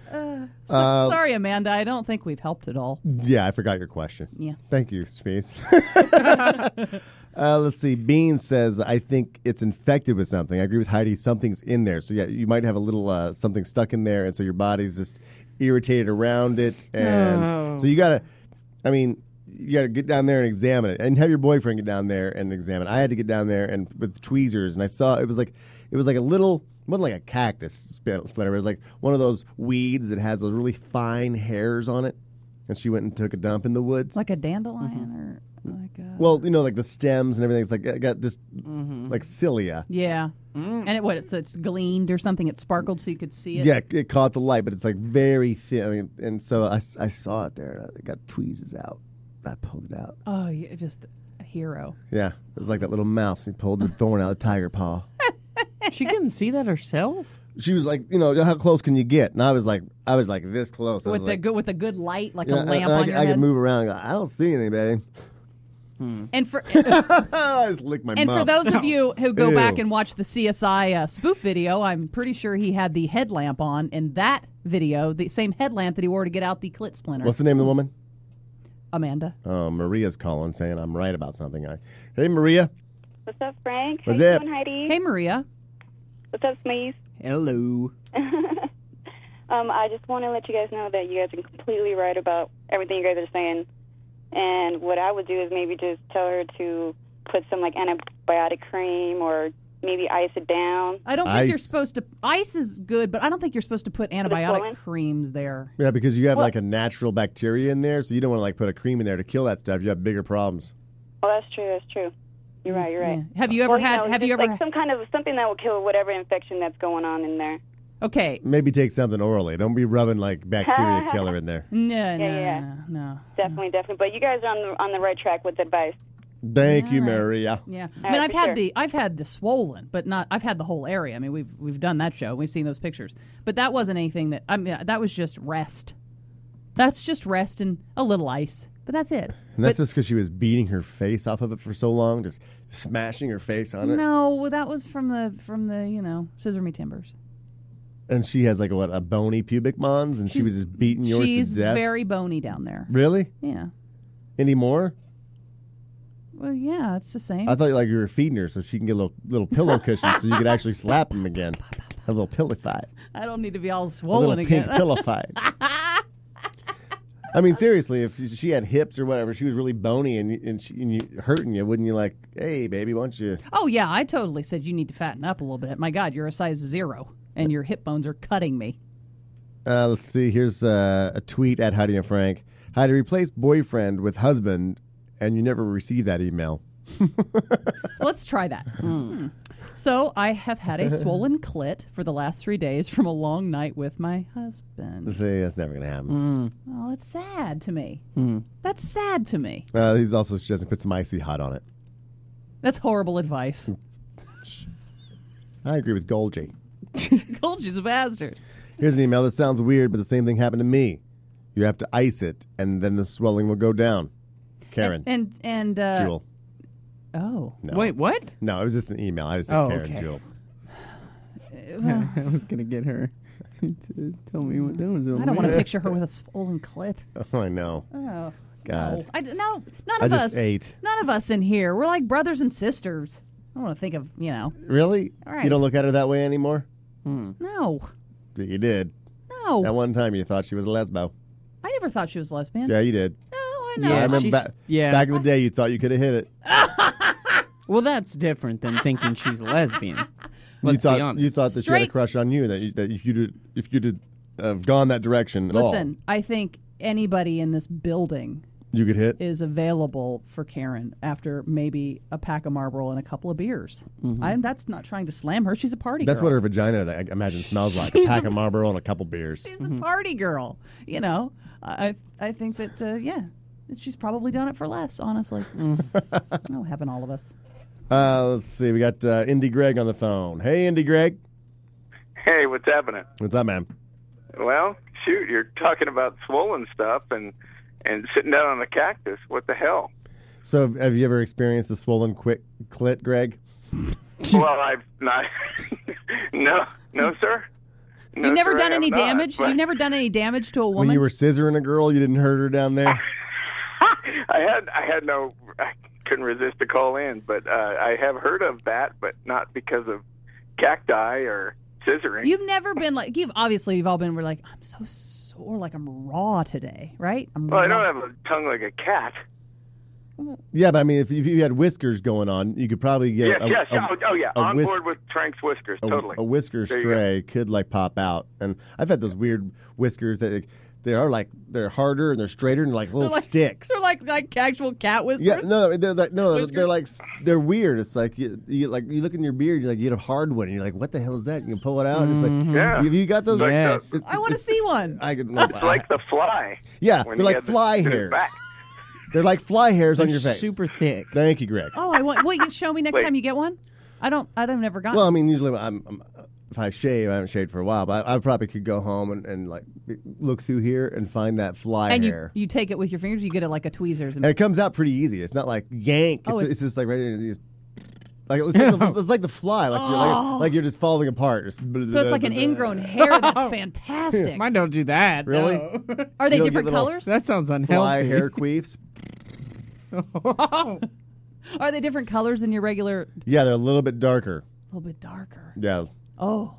[SPEAKER 5] so,
[SPEAKER 2] Uh,
[SPEAKER 5] sorry, Amanda. I don't think we've helped at all.
[SPEAKER 2] Yeah, I forgot your question.
[SPEAKER 5] Yeah.
[SPEAKER 2] Thank you, Space. uh, let's see. Bean says, I think it's infected with something. I agree with Heidi. Something's in there. So, yeah, you might have a little uh, something stuck in there. And so your body's just irritated around it. And so you got to, I mean, you got to get down there and examine it and have your boyfriend get down there and examine it. I had to get down there and with tweezers. And I saw it was like, it was like a little. It wasn't like a cactus spin- splinter. It was like one of those weeds that has those really fine hairs on it. And she went and took a dump in the woods.
[SPEAKER 5] It's like a dandelion or like a.
[SPEAKER 2] Well, you know, like the stems and everything. It's like it got just
[SPEAKER 5] Mm-hmm.
[SPEAKER 2] like cilia.
[SPEAKER 5] yeah. And it what? It's, it's gleamed or something. It sparkled so you could see it.
[SPEAKER 2] Yeah, it caught the light, but it's like very thin. I mean, and so I, I saw it there. I got tweezes out. I pulled it out.
[SPEAKER 5] Oh, yeah, just a hero.
[SPEAKER 2] Yeah, it was like that little mouse. He pulled the thorn out of the tiger paw.
[SPEAKER 3] She couldn't see that herself.
[SPEAKER 2] She was like, you know, how close can you get? And I was like, I was like this close. I was
[SPEAKER 5] With, the
[SPEAKER 2] like,
[SPEAKER 5] good, with a good light, like
[SPEAKER 2] yeah,
[SPEAKER 5] a
[SPEAKER 2] and
[SPEAKER 5] lamp
[SPEAKER 2] I,
[SPEAKER 5] on
[SPEAKER 2] could-
[SPEAKER 5] your
[SPEAKER 2] I
[SPEAKER 5] head.
[SPEAKER 2] could move around. And go, I don't see anything, baby.
[SPEAKER 5] And for.
[SPEAKER 2] I just licked my
[SPEAKER 5] And
[SPEAKER 2] mouth.
[SPEAKER 5] for those of you who go
[SPEAKER 2] Ew.
[SPEAKER 5] back and watch the CSI uh, spoof video, I'm pretty sure he had the headlamp on in that video, the same headlamp that he wore to get out the clit splinter.
[SPEAKER 2] What's the name of the woman?
[SPEAKER 5] Amanda.
[SPEAKER 2] Uh, Maria's calling saying I'm right about something. I, hey Maria,
[SPEAKER 6] What's up, Frank?
[SPEAKER 2] What's
[SPEAKER 6] How you
[SPEAKER 2] up?
[SPEAKER 6] doing, Heidi?
[SPEAKER 5] Hey, Maria.
[SPEAKER 6] What's up, Smeeze?
[SPEAKER 3] Hello.
[SPEAKER 6] Um, I just want to let you guys know that you guys are completely right about everything you guys are saying. And what I would do is maybe just tell her to put some like antibiotic cream or maybe ice it down.
[SPEAKER 5] I don't think you're
[SPEAKER 2] Ice.
[SPEAKER 5] supposed to. Ice is good, but I don't think you're supposed to put antibiotic
[SPEAKER 6] swollen?
[SPEAKER 5] creams there.
[SPEAKER 2] yeah, because you have like a natural bacteria in there, so you don't want to like put a cream in there to kill that stuff. You have bigger problems.
[SPEAKER 6] Oh, that's true. That's true. You're right. You're right.
[SPEAKER 5] Yeah. Have you ever
[SPEAKER 6] Or,
[SPEAKER 5] had-
[SPEAKER 6] know,
[SPEAKER 5] have you
[SPEAKER 6] just,
[SPEAKER 5] ever
[SPEAKER 6] like
[SPEAKER 5] ha-
[SPEAKER 6] some kind of something that will kill whatever infection that's going on in there?
[SPEAKER 5] Okay.
[SPEAKER 2] Maybe take something orally. Don't be rubbing like bacteria killer in there.
[SPEAKER 5] No, no,
[SPEAKER 6] Mm. yeah.
[SPEAKER 5] no, no.
[SPEAKER 6] Definitely, definitely. But you guys are on the on the right track with advice.
[SPEAKER 2] Thank you, Maria.
[SPEAKER 5] Yeah, I mean, I've
[SPEAKER 6] for
[SPEAKER 5] had
[SPEAKER 6] sure.
[SPEAKER 5] the I've had the swollen, but not I've had the whole area. I mean, we've we've done that show. We've seen those pictures, but that wasn't anything that I mean. That was just rest. That's just rest and a little ice, but that's it.
[SPEAKER 2] And that's just because she was beating her face off of it for so long, just smashing her face on it.
[SPEAKER 5] No, well, that was from the from the you know scissor me timbers.
[SPEAKER 2] And she has like what a bony pubic mons, and she
[SPEAKER 5] She's-
[SPEAKER 2] was just beating yours
[SPEAKER 5] She's
[SPEAKER 2] to death.
[SPEAKER 5] very bony down there.
[SPEAKER 2] really
[SPEAKER 5] Yeah.
[SPEAKER 2] anymore?
[SPEAKER 5] Well, yeah, it's the same.
[SPEAKER 2] I thought like you were feeding her so she can get a little little pillow cushion so you could actually slap him again. A little pillow fight.
[SPEAKER 5] I don't need to be all
[SPEAKER 2] A
[SPEAKER 5] swollen
[SPEAKER 2] little
[SPEAKER 5] again.
[SPEAKER 2] pink pillow fight. I mean, seriously, if she had hips or whatever, she was really bony and and, she, and you, hurting you, wouldn't you? Like, hey, baby, why don't you?
[SPEAKER 5] oh yeah, I totally said you need to fatten up a little bit. My God, you're a size zero, and your hip bones are cutting me.
[SPEAKER 2] Uh, let's see. Here's uh, a tweet at Heidi and Frank. Heidi, replace boyfriend with husband, and you never receive that email.
[SPEAKER 5] Let's try that. Hmm. So I have had a swollen clit for the last three days from a long night with my husband.
[SPEAKER 2] See, that's never gonna happen.
[SPEAKER 5] Oh, it's sad to me.
[SPEAKER 2] Hmm.
[SPEAKER 5] That's sad to me.
[SPEAKER 2] Uh, he's also suggesting put some icy hot on it.
[SPEAKER 5] That's horrible advice.
[SPEAKER 2] I agree with Golgi.
[SPEAKER 5] Golgi's a bastard.
[SPEAKER 2] Here's an email that sounds weird, but the same thing happened to me. You have to ice it, and then the swelling will go down. Karen,
[SPEAKER 5] And and uh,
[SPEAKER 2] Jewel.
[SPEAKER 5] oh,
[SPEAKER 3] Wait, what?
[SPEAKER 2] No, it was just an email. I just said
[SPEAKER 3] Oh,
[SPEAKER 2] Karen,
[SPEAKER 3] okay.
[SPEAKER 2] Jewel.
[SPEAKER 3] I was gonna get her to tell me what that was.
[SPEAKER 5] I don't want to picture her with a swollen clit.
[SPEAKER 2] Oh, I know.
[SPEAKER 5] Oh
[SPEAKER 2] God.
[SPEAKER 5] No, I d- no, none
[SPEAKER 2] I
[SPEAKER 5] of
[SPEAKER 2] just
[SPEAKER 5] us.
[SPEAKER 2] ate.
[SPEAKER 5] None of us in here. We're like brothers and sisters. I don't want to think of you know.
[SPEAKER 2] Really?
[SPEAKER 5] All right.
[SPEAKER 2] You don't look at her that way anymore?
[SPEAKER 5] No,
[SPEAKER 2] But you did.
[SPEAKER 5] no.
[SPEAKER 2] That one time you thought she was a lesbo.
[SPEAKER 5] I never thought she was lesbian.
[SPEAKER 2] Yeah, you did.
[SPEAKER 5] No, I know.
[SPEAKER 3] Yeah,
[SPEAKER 2] I remember
[SPEAKER 3] she's-
[SPEAKER 2] ba-
[SPEAKER 3] yeah.
[SPEAKER 2] back in the day you thought you could have hit it.
[SPEAKER 3] Well, that's different than thinking she's a lesbian. Let's
[SPEAKER 2] you thought
[SPEAKER 3] be honest.
[SPEAKER 2] you thought that she had a
[SPEAKER 5] Straight-
[SPEAKER 2] crush on you that you, that if you did if you did have gone that direction at
[SPEAKER 5] Listen, I think anybody in this building
[SPEAKER 2] all, you could hit.
[SPEAKER 5] is available for Karen after maybe a pack of Marlboro and a couple of beers. I'm, that's not trying to slam her. She's a party
[SPEAKER 2] Mm-hmm. That's
[SPEAKER 5] girl.
[SPEAKER 2] what her vagina I imagine smells like. a
[SPEAKER 5] She's
[SPEAKER 2] pack
[SPEAKER 5] a-
[SPEAKER 2] of Marlboro and a couple beers.
[SPEAKER 5] She's a party girl. You know, I I think that uh, yeah, she's probably done it for less. Honestly,
[SPEAKER 2] Mm.
[SPEAKER 5] oh, having all of us.
[SPEAKER 2] Uh, let's see. We got uh, Indy Greg on the phone. Hey, Indy Greg.
[SPEAKER 9] Hey, what's happening?
[SPEAKER 2] What's up, man?
[SPEAKER 9] Well, shoot, you're talking about swollen stuff and and sitting down on a cactus. What the hell?
[SPEAKER 2] So, have you ever experienced the swollen quick clit, Greg?
[SPEAKER 9] well, I've not. no, no, sir. No,
[SPEAKER 5] You've never
[SPEAKER 9] sir, I
[SPEAKER 5] done
[SPEAKER 9] have
[SPEAKER 5] any
[SPEAKER 9] not,
[SPEAKER 5] damage.
[SPEAKER 9] but
[SPEAKER 5] You've never done any damage to a
[SPEAKER 2] When
[SPEAKER 5] woman.
[SPEAKER 2] you were scissoring a girl, you didn't hurt her down
[SPEAKER 9] Ah.
[SPEAKER 2] there.
[SPEAKER 9] I had I had no. I couldn't resist to call in, but uh, I have heard of that, but not because of cacti or scissoring.
[SPEAKER 5] You've never been like you've obviously you've all been we're like I'm so sore like I'm raw today right I'm
[SPEAKER 9] well, I
[SPEAKER 5] raw.
[SPEAKER 9] don't have a tongue like a cat.
[SPEAKER 2] yeah, but I mean, if, if you had whiskers going on, you could probably get
[SPEAKER 9] Yes,
[SPEAKER 2] a,
[SPEAKER 9] yes.
[SPEAKER 2] a-
[SPEAKER 9] oh, oh, yeah.
[SPEAKER 2] a
[SPEAKER 9] On
[SPEAKER 2] whisk-
[SPEAKER 9] board with Frank's whiskers.
[SPEAKER 2] a,
[SPEAKER 9] totally.
[SPEAKER 2] a whisker
[SPEAKER 9] There you
[SPEAKER 2] stray could like pop out. And I've had those weird whiskers that like, they are like they're harder and they're straighter and like little
[SPEAKER 5] They're like-
[SPEAKER 2] sticks.
[SPEAKER 5] They're like like actual cat whiskers.
[SPEAKER 2] yeah, no, they're like no, they're like s- they're weird. It's like you, you like you look in your beard, you like you get a hard one, and you're like, what the hell is that? And you pull it out, and it's like,
[SPEAKER 9] Mm-hmm. Yeah.
[SPEAKER 2] have you got those?
[SPEAKER 9] Like
[SPEAKER 3] Yes.
[SPEAKER 5] I want to see one.
[SPEAKER 2] I could
[SPEAKER 9] It's like the fly.
[SPEAKER 2] Yeah,
[SPEAKER 9] when
[SPEAKER 2] they're
[SPEAKER 9] he
[SPEAKER 2] like
[SPEAKER 9] had the-
[SPEAKER 2] fly
[SPEAKER 9] to his
[SPEAKER 2] hairs.
[SPEAKER 9] back.
[SPEAKER 2] They're like fly hairs on
[SPEAKER 3] They're
[SPEAKER 2] your face.
[SPEAKER 3] Super thick.
[SPEAKER 2] Thank you, Greg.
[SPEAKER 5] Oh, I want. Will you show me next
[SPEAKER 9] Wait.
[SPEAKER 5] time you get one? I don't. I've never gotten.
[SPEAKER 2] Well, I mean, usually I'm, I'm, if I shave, I haven't shaved for a while, but I, I probably could go home and, and like be- look through here and find that fly
[SPEAKER 5] and you
[SPEAKER 2] hair.
[SPEAKER 5] you take it with your fingers. You get it like a tweezers. And,
[SPEAKER 2] and it comes out pretty easy. It's not like yank.
[SPEAKER 5] Oh,
[SPEAKER 2] It's,
[SPEAKER 5] it's-
[SPEAKER 2] it's just like right there. you just- Like it's like, the, it's like the fly. Like you're like, like you're just falling apart. Just
[SPEAKER 5] Oh. So it's like an ingrown hair. That's fantastic.
[SPEAKER 3] Mine don't do that.
[SPEAKER 2] Really?
[SPEAKER 3] No.
[SPEAKER 5] Are they
[SPEAKER 2] You'll get
[SPEAKER 5] different
[SPEAKER 2] little-
[SPEAKER 5] colors?
[SPEAKER 3] that sounds
[SPEAKER 2] fly
[SPEAKER 3] unhealthy.
[SPEAKER 2] hair queefs.
[SPEAKER 5] Are they different colors than your regular? A
[SPEAKER 2] Yeah, they're a little bit darker.
[SPEAKER 5] little bit darker.
[SPEAKER 2] Yeah.
[SPEAKER 5] Oh,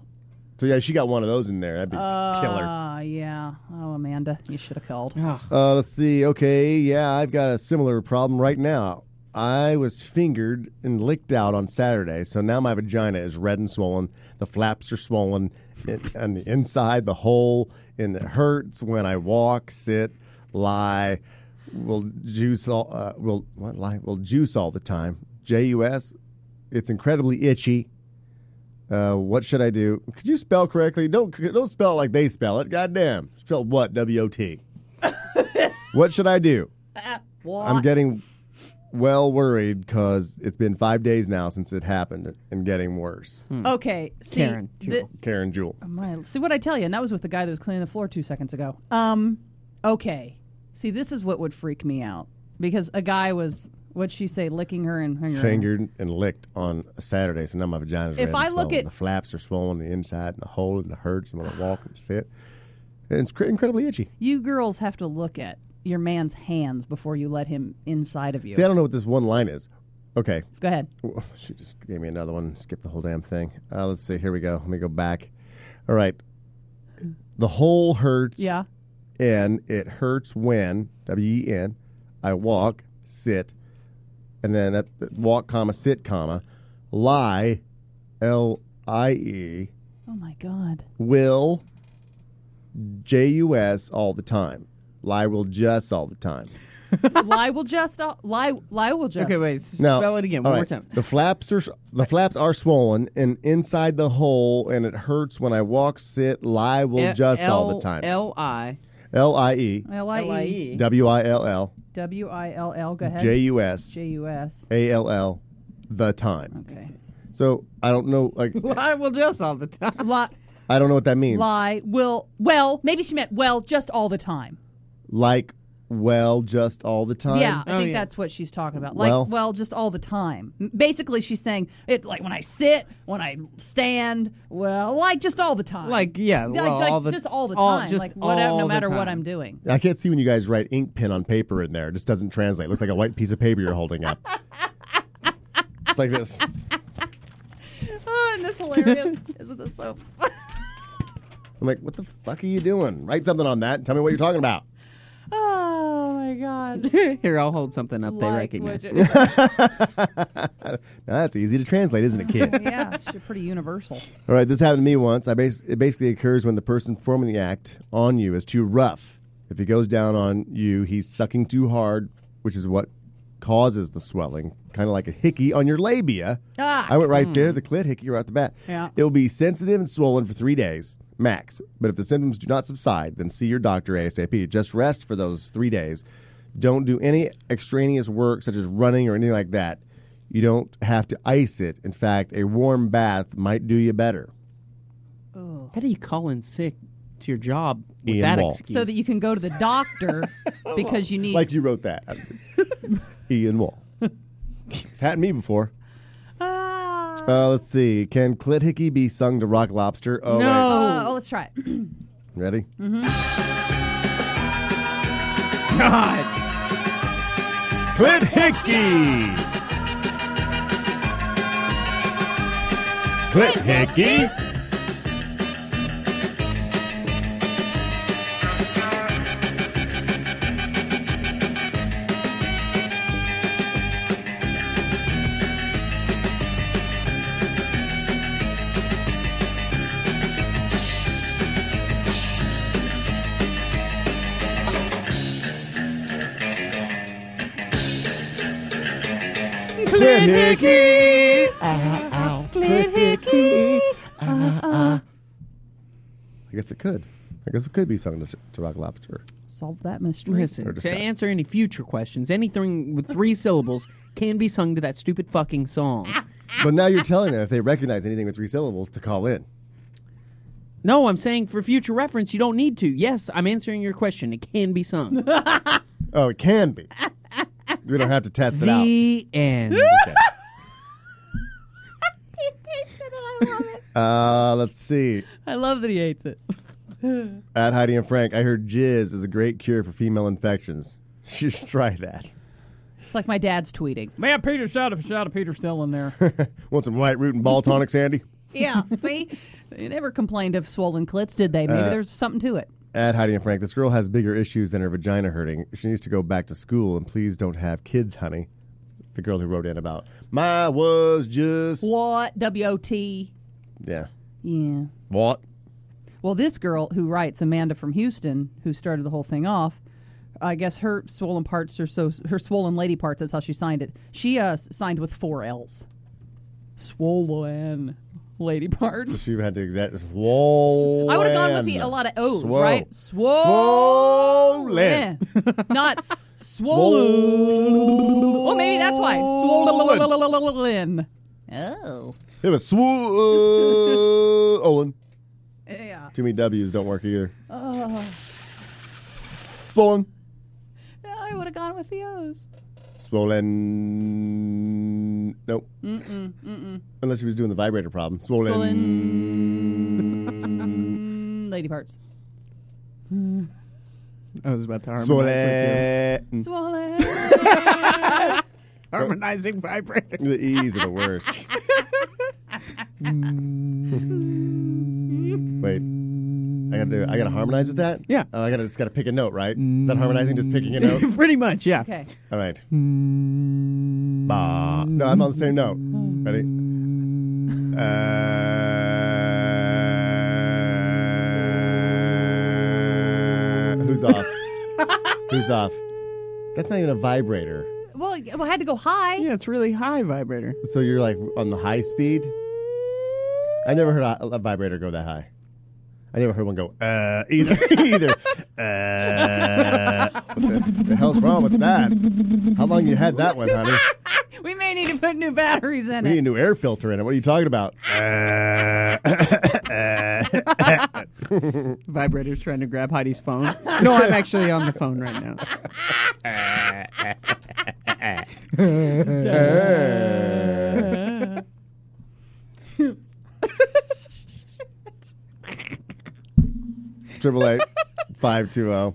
[SPEAKER 2] So yeah, she got one of those in there. That'd be killer.
[SPEAKER 5] uh, yeah. Oh, Amanda, you should have called.
[SPEAKER 2] Uh, let's see. Okay, yeah, I've got a similar problem right now. I was fingered and licked out on Saturday, so now my vagina is red and swollen. The flaps are swollen, it, and the inside, the hole, and it hurts when I walk, sit, lie. Will juice all? Uh, will what lie? Will juice all the time? J U S. It's incredibly itchy. Uh, what should I do? Could you spell correctly? Don't don't spell it like they spell it. Goddamn. Spell what? W O T. What should I do? I'm getting well worried because it's been five days now since it happened and getting worse.
[SPEAKER 5] Hmm. Okay, see,
[SPEAKER 3] Karen,
[SPEAKER 5] the,
[SPEAKER 3] Jewel.
[SPEAKER 2] Karen Jewel.
[SPEAKER 5] my, see what I tell you, and that was with the guy that was cleaning the floor two seconds ago. Um, okay, see, this is what would freak me out because a guy was what'd she say, licking her and hanging her.
[SPEAKER 2] Fingered and licked on a Saturday, so now my vagina's red
[SPEAKER 5] If
[SPEAKER 2] and
[SPEAKER 5] I look
[SPEAKER 2] swollen.
[SPEAKER 5] at-
[SPEAKER 2] the flaps are swollen, the inside and the hole and the hurts, and when I walk and sit, and it's cr- incredibly itchy.
[SPEAKER 5] You girls have to look at your man's hands before you let him inside of you.
[SPEAKER 2] See, I don't know what this one line is. Okay,
[SPEAKER 5] Go ahead.
[SPEAKER 2] Well, She just gave me another one. Skipped the whole damn thing. Uh, let's see. Here we go. Let me go back. All right. The hole hurts.
[SPEAKER 5] Yeah.
[SPEAKER 2] And it hurts when W E N. I walk, sit, and then that, that walk comma sit comma, lie, L I E
[SPEAKER 5] Oh my God.
[SPEAKER 2] will, J U S all the time. Lie will just all the time.
[SPEAKER 5] lie will just uh, lie. Lie will just.
[SPEAKER 3] Okay, wait. s-
[SPEAKER 2] Now,
[SPEAKER 3] Spell it again
[SPEAKER 2] all
[SPEAKER 3] one more
[SPEAKER 2] right.
[SPEAKER 3] time.
[SPEAKER 2] The flaps are the flaps are swollen and inside the hole, and it hurts when I walk, sit, lie, will just all the time.
[SPEAKER 3] E L I
[SPEAKER 2] L I E
[SPEAKER 5] L
[SPEAKER 3] L I
[SPEAKER 5] I E
[SPEAKER 3] E.
[SPEAKER 2] W I L L
[SPEAKER 5] W I L L. Go ahead.
[SPEAKER 2] J U S
[SPEAKER 5] J U S.
[SPEAKER 2] A L L the time.
[SPEAKER 5] Okay.
[SPEAKER 2] So I don't know, like
[SPEAKER 3] I will just all the time.
[SPEAKER 5] Lie,
[SPEAKER 2] I don't know what that means.
[SPEAKER 5] lie will. Well, maybe she meant well just all the time.
[SPEAKER 2] Like well, just all the time.
[SPEAKER 5] Yeah, I
[SPEAKER 3] Oh,
[SPEAKER 5] think
[SPEAKER 3] yeah.
[SPEAKER 5] that's what she's talking about. Like,
[SPEAKER 2] Well-
[SPEAKER 5] well, just all the time. M- Basically, she's saying it like when I sit, when I stand, well, like just all the time.
[SPEAKER 3] Like, yeah,
[SPEAKER 5] like,
[SPEAKER 3] well,
[SPEAKER 5] like,
[SPEAKER 3] all the-
[SPEAKER 5] just all the
[SPEAKER 3] all-
[SPEAKER 5] time.
[SPEAKER 3] just
[SPEAKER 5] like whatever,
[SPEAKER 3] all
[SPEAKER 5] no
[SPEAKER 3] the
[SPEAKER 5] matter what
[SPEAKER 3] time.
[SPEAKER 5] I'm doing.
[SPEAKER 2] I can't see when you guys write ink pen on paper in there. It just doesn't translate. It looks like a white piece of paper you're holding up. it's like this.
[SPEAKER 5] Oh, isn't this hilarious? Isn't this so?
[SPEAKER 2] I'm like, what the fuck are you doing? Write something on that. and Tell me what you're talking about.
[SPEAKER 5] oh my god!
[SPEAKER 3] Here, I'll hold something up. They recognize.
[SPEAKER 5] would you-
[SPEAKER 2] Now, that's easy to translate, isn't it, kid?
[SPEAKER 5] yeah, it's pretty universal.
[SPEAKER 2] All right, this happened to me once. I bas- it basically occurs when the person performing the act on you is too rough. If he goes down on you, he's sucking too hard, which is what causes the swelling, kind of like a hickey on your labia.
[SPEAKER 5] Ah,
[SPEAKER 2] I went right there, the clit hickey right off the bat.
[SPEAKER 5] Yeah.
[SPEAKER 2] It'll be sensitive and swollen for three days, max. But if the symptoms do not subside, then see your doctor ASAP. Just rest for those three days. Don't do any extraneous work, such as running or anything like that. You don't have to ice it. In fact, a warm bath might do you better.
[SPEAKER 3] How do you call in sick to your job with
[SPEAKER 2] Ian
[SPEAKER 3] that
[SPEAKER 2] Wall.
[SPEAKER 3] excuse?
[SPEAKER 5] so that you can go to the doctor because you need.
[SPEAKER 2] Like you wrote that. Ian Wall. It's happened to me before.
[SPEAKER 5] Ah.
[SPEAKER 2] Uh, let's see. Can clit hickey be sung to Rock Lobster? Oh,
[SPEAKER 3] no.
[SPEAKER 5] Uh, oh, let's try it.
[SPEAKER 2] Wait. Ready?
[SPEAKER 3] Oh, God.
[SPEAKER 2] Clit hickey! Clit hickey! Clit hickey! Clit hickey! I guess it could. I guess it could be sung to, to Rock Lobster.
[SPEAKER 5] Solve that mystery.
[SPEAKER 3] Listen, to
[SPEAKER 2] discussed.
[SPEAKER 3] answer any future questions, anything with three syllables can be sung to that stupid fucking song.
[SPEAKER 5] Ah.
[SPEAKER 2] But now you're telling them if they recognize anything with three syllables to call in.
[SPEAKER 3] No, I'm saying for future reference, you don't need to. Yes, I'm answering your question. It can be sung.
[SPEAKER 2] Oh, it can be. We don't have to test it out.
[SPEAKER 3] the end.
[SPEAKER 2] Uh, let's see.
[SPEAKER 5] I love that he hates it.
[SPEAKER 2] At Heidi and Frank, I heard jizz is a great cure for female infections. You should try that.
[SPEAKER 5] It's like my dad's tweeting.
[SPEAKER 10] Man, Peter, shot a shot of Peter still in there.
[SPEAKER 2] Want some white root and ball tonic, Sandy?
[SPEAKER 5] Yeah, see? They never complained of swollen clits, did they? Maybe
[SPEAKER 2] Uh,
[SPEAKER 5] there's something to it.
[SPEAKER 2] At Heidi and Frank, this girl has bigger issues than her vagina hurting. She needs to go back to school and please don't have kids, honey. The girl who wrote in about my was just
[SPEAKER 5] What? W O T.
[SPEAKER 2] yeah.
[SPEAKER 5] Yeah.
[SPEAKER 2] What?
[SPEAKER 5] Well, this girl who writes, Amanda from Houston, who started the whole thing off, I guess her swollen parts are so her swollen lady parts. That's how she signed it. She uh, signed with four L's. Swollen lady parts.
[SPEAKER 2] She had to exact. Swollen.
[SPEAKER 5] I would have gone with the, a lot of O's,
[SPEAKER 2] Swole.
[SPEAKER 5] right?
[SPEAKER 2] Swollen.
[SPEAKER 5] Swollen, not swollen. Well, maybe that's why swollen. Oh,
[SPEAKER 2] It was swollen.
[SPEAKER 5] yeah.
[SPEAKER 2] Too many W's don't work either. Swollen.
[SPEAKER 5] I would have gone with the O's.
[SPEAKER 2] Swollen. Nope. Mm-mm, mm-mm. Unless she was doing the vibrator problem. Swollen.
[SPEAKER 5] Swollen Mm, lady parts.
[SPEAKER 10] I was about to harmonize with
[SPEAKER 2] Swollen.
[SPEAKER 5] Swollen.
[SPEAKER 10] you. Harmonizing vibrator.
[SPEAKER 2] The E's are the worst. Mm. Wait. I gotta do, I gotta harmonize with that?
[SPEAKER 10] Yeah.
[SPEAKER 2] Oh, I gotta just gotta pick a note, right? Is that harmonizing? Just picking a note?
[SPEAKER 10] Pretty much, yeah.
[SPEAKER 5] Okay.
[SPEAKER 2] All right. Bah. No, I'm on the same note. Ready? Uh, who's off? who's off? That's not even a vibrator.
[SPEAKER 5] Well, y- well, I had to go high.
[SPEAKER 10] Yeah, it's really high vibrator.
[SPEAKER 2] So you're like on the high speed? I never heard a, a vibrator go that high. I never heard one go, uh, either. either. Uh, what the, the hell's wrong with that? How long you had that one, honey?
[SPEAKER 5] We may need to put new batteries in
[SPEAKER 2] We need a
[SPEAKER 5] it.
[SPEAKER 2] new air filter in it. What are you talking about?
[SPEAKER 10] Vibrator's trying to grab Heidi's phone. no, I'm actually on the phone right now.
[SPEAKER 2] Triple eight five two zero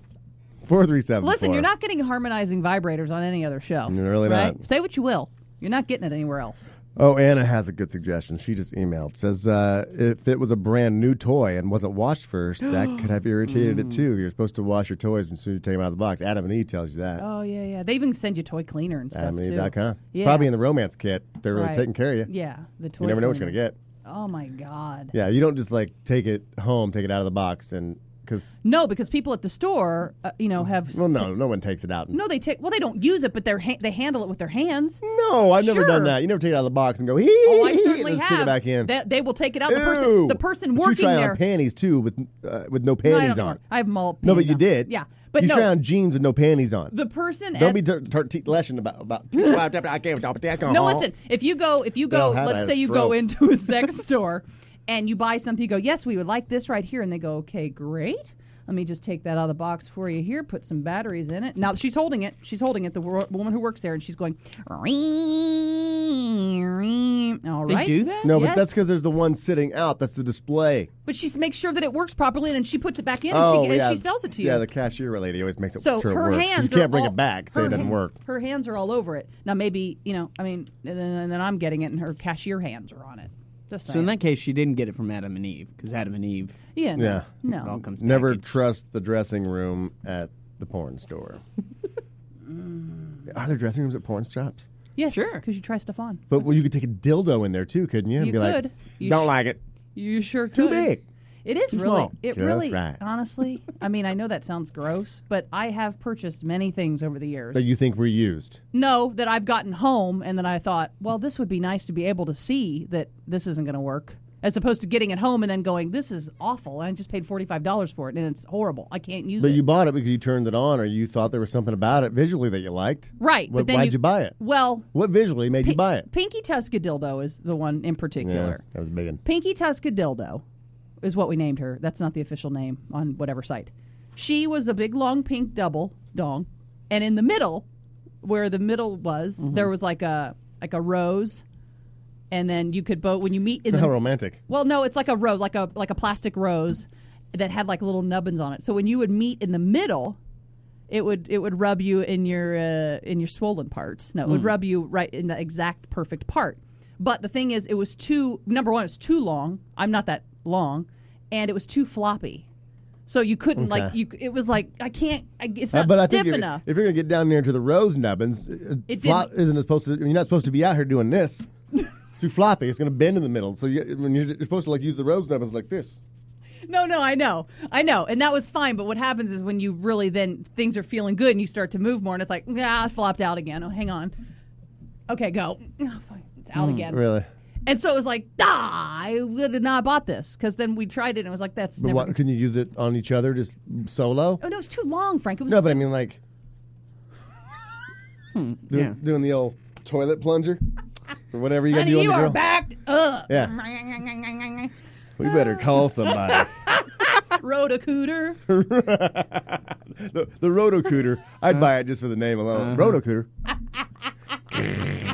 [SPEAKER 2] four three seven.
[SPEAKER 5] Listen, you're not getting harmonizing vibrators on any other show.
[SPEAKER 2] You're really
[SPEAKER 5] right?
[SPEAKER 2] not.
[SPEAKER 5] Say what you will. You're not getting it anywhere else.
[SPEAKER 2] Oh, Anna has a good suggestion. She just emailed. Says uh, if it was a brand new toy and wasn't washed first, that could have irritated it too. You're supposed to wash your toys as soon as you take them out of the box. Adam and Eve tells you that.
[SPEAKER 5] Oh yeah, yeah. They even send you toy cleaner and stuff too.
[SPEAKER 2] AdamandEve.com.
[SPEAKER 5] Yeah.
[SPEAKER 2] Probably in the romance kit. They're really
[SPEAKER 5] Right.
[SPEAKER 2] taking care of you.
[SPEAKER 5] Yeah, the toy.
[SPEAKER 2] You never know what you're gonna
[SPEAKER 5] cleaner.
[SPEAKER 2] get.
[SPEAKER 5] Oh my god.
[SPEAKER 2] Yeah, you don't just like take it home, take it out of the box, and because
[SPEAKER 5] No, because people at the store, uh, you know, have
[SPEAKER 2] well, no, no one takes it out. And,
[SPEAKER 5] no. They take well, they don't use it, but they're ha- they handle it with their hands.
[SPEAKER 2] no, I've never done
[SPEAKER 5] Sure.
[SPEAKER 2] that. You never take it out of the box and go.
[SPEAKER 5] Oh, I certainly
[SPEAKER 2] Let's
[SPEAKER 5] have.
[SPEAKER 2] take it back in.
[SPEAKER 5] They, they will take it out. The
[SPEAKER 2] Ew.
[SPEAKER 5] person, the person
[SPEAKER 2] But
[SPEAKER 5] working
[SPEAKER 2] you try
[SPEAKER 5] there.
[SPEAKER 2] on panties too with uh, with no
[SPEAKER 5] No, I
[SPEAKER 2] panties
[SPEAKER 5] don't
[SPEAKER 2] on.
[SPEAKER 5] know. I have them all.
[SPEAKER 2] No, but
[SPEAKER 5] pinned
[SPEAKER 2] you
[SPEAKER 5] up.
[SPEAKER 2] did.
[SPEAKER 5] Yeah, but
[SPEAKER 2] you
[SPEAKER 5] no.
[SPEAKER 2] try on jeans with no panties on.
[SPEAKER 5] the person
[SPEAKER 2] don't
[SPEAKER 5] at
[SPEAKER 2] be ter- ter- te- lashing about about. I can't talk about that.
[SPEAKER 5] No,
[SPEAKER 3] Uh-huh.
[SPEAKER 5] listen. If you go, if you go,
[SPEAKER 2] Well, how
[SPEAKER 5] let's
[SPEAKER 2] about
[SPEAKER 5] say
[SPEAKER 2] a
[SPEAKER 5] you go
[SPEAKER 2] stroke?
[SPEAKER 5] into a sex store and you buy something, you go, yes, we would like this right here, and they go, okay, great. Let me just take that out of the box for you here. Put some batteries in it. Now she's holding it. She's holding it. The wor- woman who works there, and she's going, "Ring, ring." all
[SPEAKER 3] They
[SPEAKER 5] right.
[SPEAKER 3] do that?
[SPEAKER 2] No, but
[SPEAKER 5] Yes.
[SPEAKER 2] that's because there's the one sitting out. That's the display.
[SPEAKER 5] But she s- makes sure that it works properly, and then she puts it back in, and,
[SPEAKER 2] oh,
[SPEAKER 5] she, and
[SPEAKER 2] yeah.
[SPEAKER 5] she sells it to you.
[SPEAKER 2] Yeah, the cashier lady always makes it
[SPEAKER 5] so
[SPEAKER 2] sure
[SPEAKER 5] her
[SPEAKER 2] it works.
[SPEAKER 5] hands
[SPEAKER 2] you can't
[SPEAKER 5] are
[SPEAKER 2] bring
[SPEAKER 5] all-
[SPEAKER 2] it back. Say
[SPEAKER 5] her
[SPEAKER 2] it doesn't
[SPEAKER 5] ha-
[SPEAKER 2] work.
[SPEAKER 5] Her hands are all over it. Now maybe you know. I mean, and then, and then I'm getting it, and her cashier hands are on it. Just
[SPEAKER 3] So in
[SPEAKER 5] saying.
[SPEAKER 3] that case, she didn't get it from Adam and Eve because Adam and Eve
[SPEAKER 5] Yeah. No.
[SPEAKER 2] Yeah.
[SPEAKER 5] No.
[SPEAKER 3] all comes
[SPEAKER 2] Never
[SPEAKER 3] packaged.
[SPEAKER 2] trust the dressing room at the porn store. Are there dressing rooms at porn shops?
[SPEAKER 5] Yes.
[SPEAKER 3] Sure.
[SPEAKER 5] Because you try stuff on.
[SPEAKER 2] But well, you could take a dildo in there too, couldn't you? And
[SPEAKER 5] You
[SPEAKER 2] be
[SPEAKER 5] could.
[SPEAKER 2] like,
[SPEAKER 5] You
[SPEAKER 2] don't
[SPEAKER 5] sh-
[SPEAKER 2] like it.
[SPEAKER 5] You sure could.
[SPEAKER 2] Too big.
[SPEAKER 5] It is
[SPEAKER 2] Too
[SPEAKER 5] really.
[SPEAKER 2] small.
[SPEAKER 5] It
[SPEAKER 2] Just
[SPEAKER 5] really.
[SPEAKER 2] right.
[SPEAKER 5] Honestly, I mean, I know that sounds gross, but I have purchased many things over the years.
[SPEAKER 2] That you think we're used.
[SPEAKER 5] no, that I've gotten home and then I thought, well, this would be nice to be able to see that this isn't going to work. As opposed to getting it home and then going, this is awful. And I just paid $45 for it and it's horrible. I can't use
[SPEAKER 2] But
[SPEAKER 5] it.
[SPEAKER 2] you bought it because you turned it on or you thought there was something about it visually that you liked.
[SPEAKER 5] right.
[SPEAKER 2] Wh-
[SPEAKER 5] but then
[SPEAKER 2] why'd you, buy it?
[SPEAKER 5] Well,
[SPEAKER 2] What visually made you
[SPEAKER 5] Pi-
[SPEAKER 2] buy it?
[SPEAKER 5] Pinky Tuska Dildo is the one in particular.
[SPEAKER 2] that was a big one.
[SPEAKER 5] Pinky Tuska Dildo is what we named her. That's not the official name on whatever site. She was a big long pink double dong, and
[SPEAKER 2] Mm-hmm.
[SPEAKER 5] in the middle, where the middle was, there was like a like a rose and then you could both when you meet in the
[SPEAKER 2] How romantic.
[SPEAKER 5] well, no, it's like a rose, like a like a plastic rose that had like little nubbins on it. So when you would meet in the middle, it would it would rub you in your uh, in your swollen parts. No, it
[SPEAKER 2] Hmm.
[SPEAKER 5] would
[SPEAKER 11] Mm.
[SPEAKER 5] rub you right in the exact perfect part. But the thing is, it was too number one, it was too long. I'm not that long, and it was too floppy. So you couldn't like
[SPEAKER 2] Okay.
[SPEAKER 5] you. It was like I can't. I, it's
[SPEAKER 2] Uh,
[SPEAKER 5] not
[SPEAKER 2] but I
[SPEAKER 5] stiff
[SPEAKER 2] think if-
[SPEAKER 5] enough.
[SPEAKER 2] if you're gonna get down there to the rose nubbins, it
[SPEAKER 5] It
[SPEAKER 2] flop
[SPEAKER 5] didn't-
[SPEAKER 2] isn't supposed to. You're not supposed to be out here doing this. it's too floppy. It's gonna bend in the middle. So you, when you're, you're supposed to like use the rose nubbins like this.
[SPEAKER 5] No, no, I know. I know. And that was fine. But what happens is when you really then things are feeling good and you start to move more and it's like, nah, I flopped out again. Oh, hang on. Okay, go. Oh, fuck, it's out
[SPEAKER 2] Mm,
[SPEAKER 5] again.
[SPEAKER 2] Really?
[SPEAKER 5] And so it was like, ah, I would have not bought this because then we tried it and it was like, that's
[SPEAKER 2] But
[SPEAKER 5] never.
[SPEAKER 2] what, can you use it on each other just solo?
[SPEAKER 5] Oh, no, it's too long, Frank. It was
[SPEAKER 2] No, but I mean like doing,
[SPEAKER 3] yeah.
[SPEAKER 2] doing the old toilet plunger or whatever you gotta
[SPEAKER 5] Honey,
[SPEAKER 2] do on
[SPEAKER 5] you
[SPEAKER 2] the
[SPEAKER 5] are
[SPEAKER 2] grill.
[SPEAKER 5] backed up.
[SPEAKER 2] We better call somebody.
[SPEAKER 5] Rotacooter.
[SPEAKER 2] the, the rotocooter. I'd buy it just for the name alone.
[SPEAKER 5] Uh-huh.
[SPEAKER 2] Rotocooter.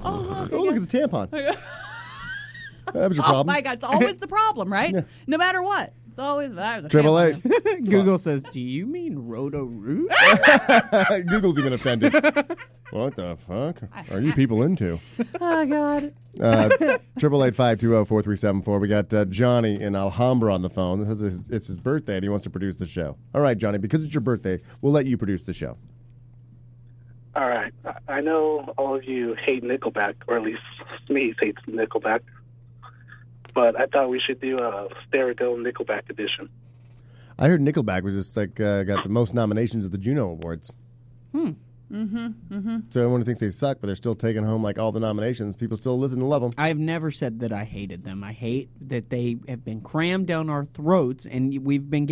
[SPEAKER 5] Oh, look.
[SPEAKER 2] Oh, look, it's a tampon. That was your
[SPEAKER 5] Oh,
[SPEAKER 2] problem.
[SPEAKER 5] my God. It's always the problem, right? No matter what. It's always. that was a
[SPEAKER 2] Triple
[SPEAKER 5] family.
[SPEAKER 2] H.
[SPEAKER 3] Google says, "Do you mean roto root?"
[SPEAKER 2] Google's even offended. what the fuck are you people into?
[SPEAKER 5] Oh, God.
[SPEAKER 2] Triple eight five two zero four three seven four. We got uh, Johnny in Alhambra on the phone. This is- It's his birthday, and he wants to produce the show. All right, Johnny, because it's your birthday, we'll let you produce the show.
[SPEAKER 12] All right. I- I know all of you hate Nickelback, or at least Smeeze hates Nickelback. But I thought we should do a Stereo Nickelback edition.
[SPEAKER 2] I heard Nickelback was just like uh, got the most nominations at the Juno Awards.
[SPEAKER 5] Hmm. Mm hmm. Mm hmm.
[SPEAKER 2] So everyone thinks they suck, but they're still taking home like all the nominations. People still listen and love them.
[SPEAKER 3] I've never said that I hated them. I hate that they have been crammed down our throats, and we've been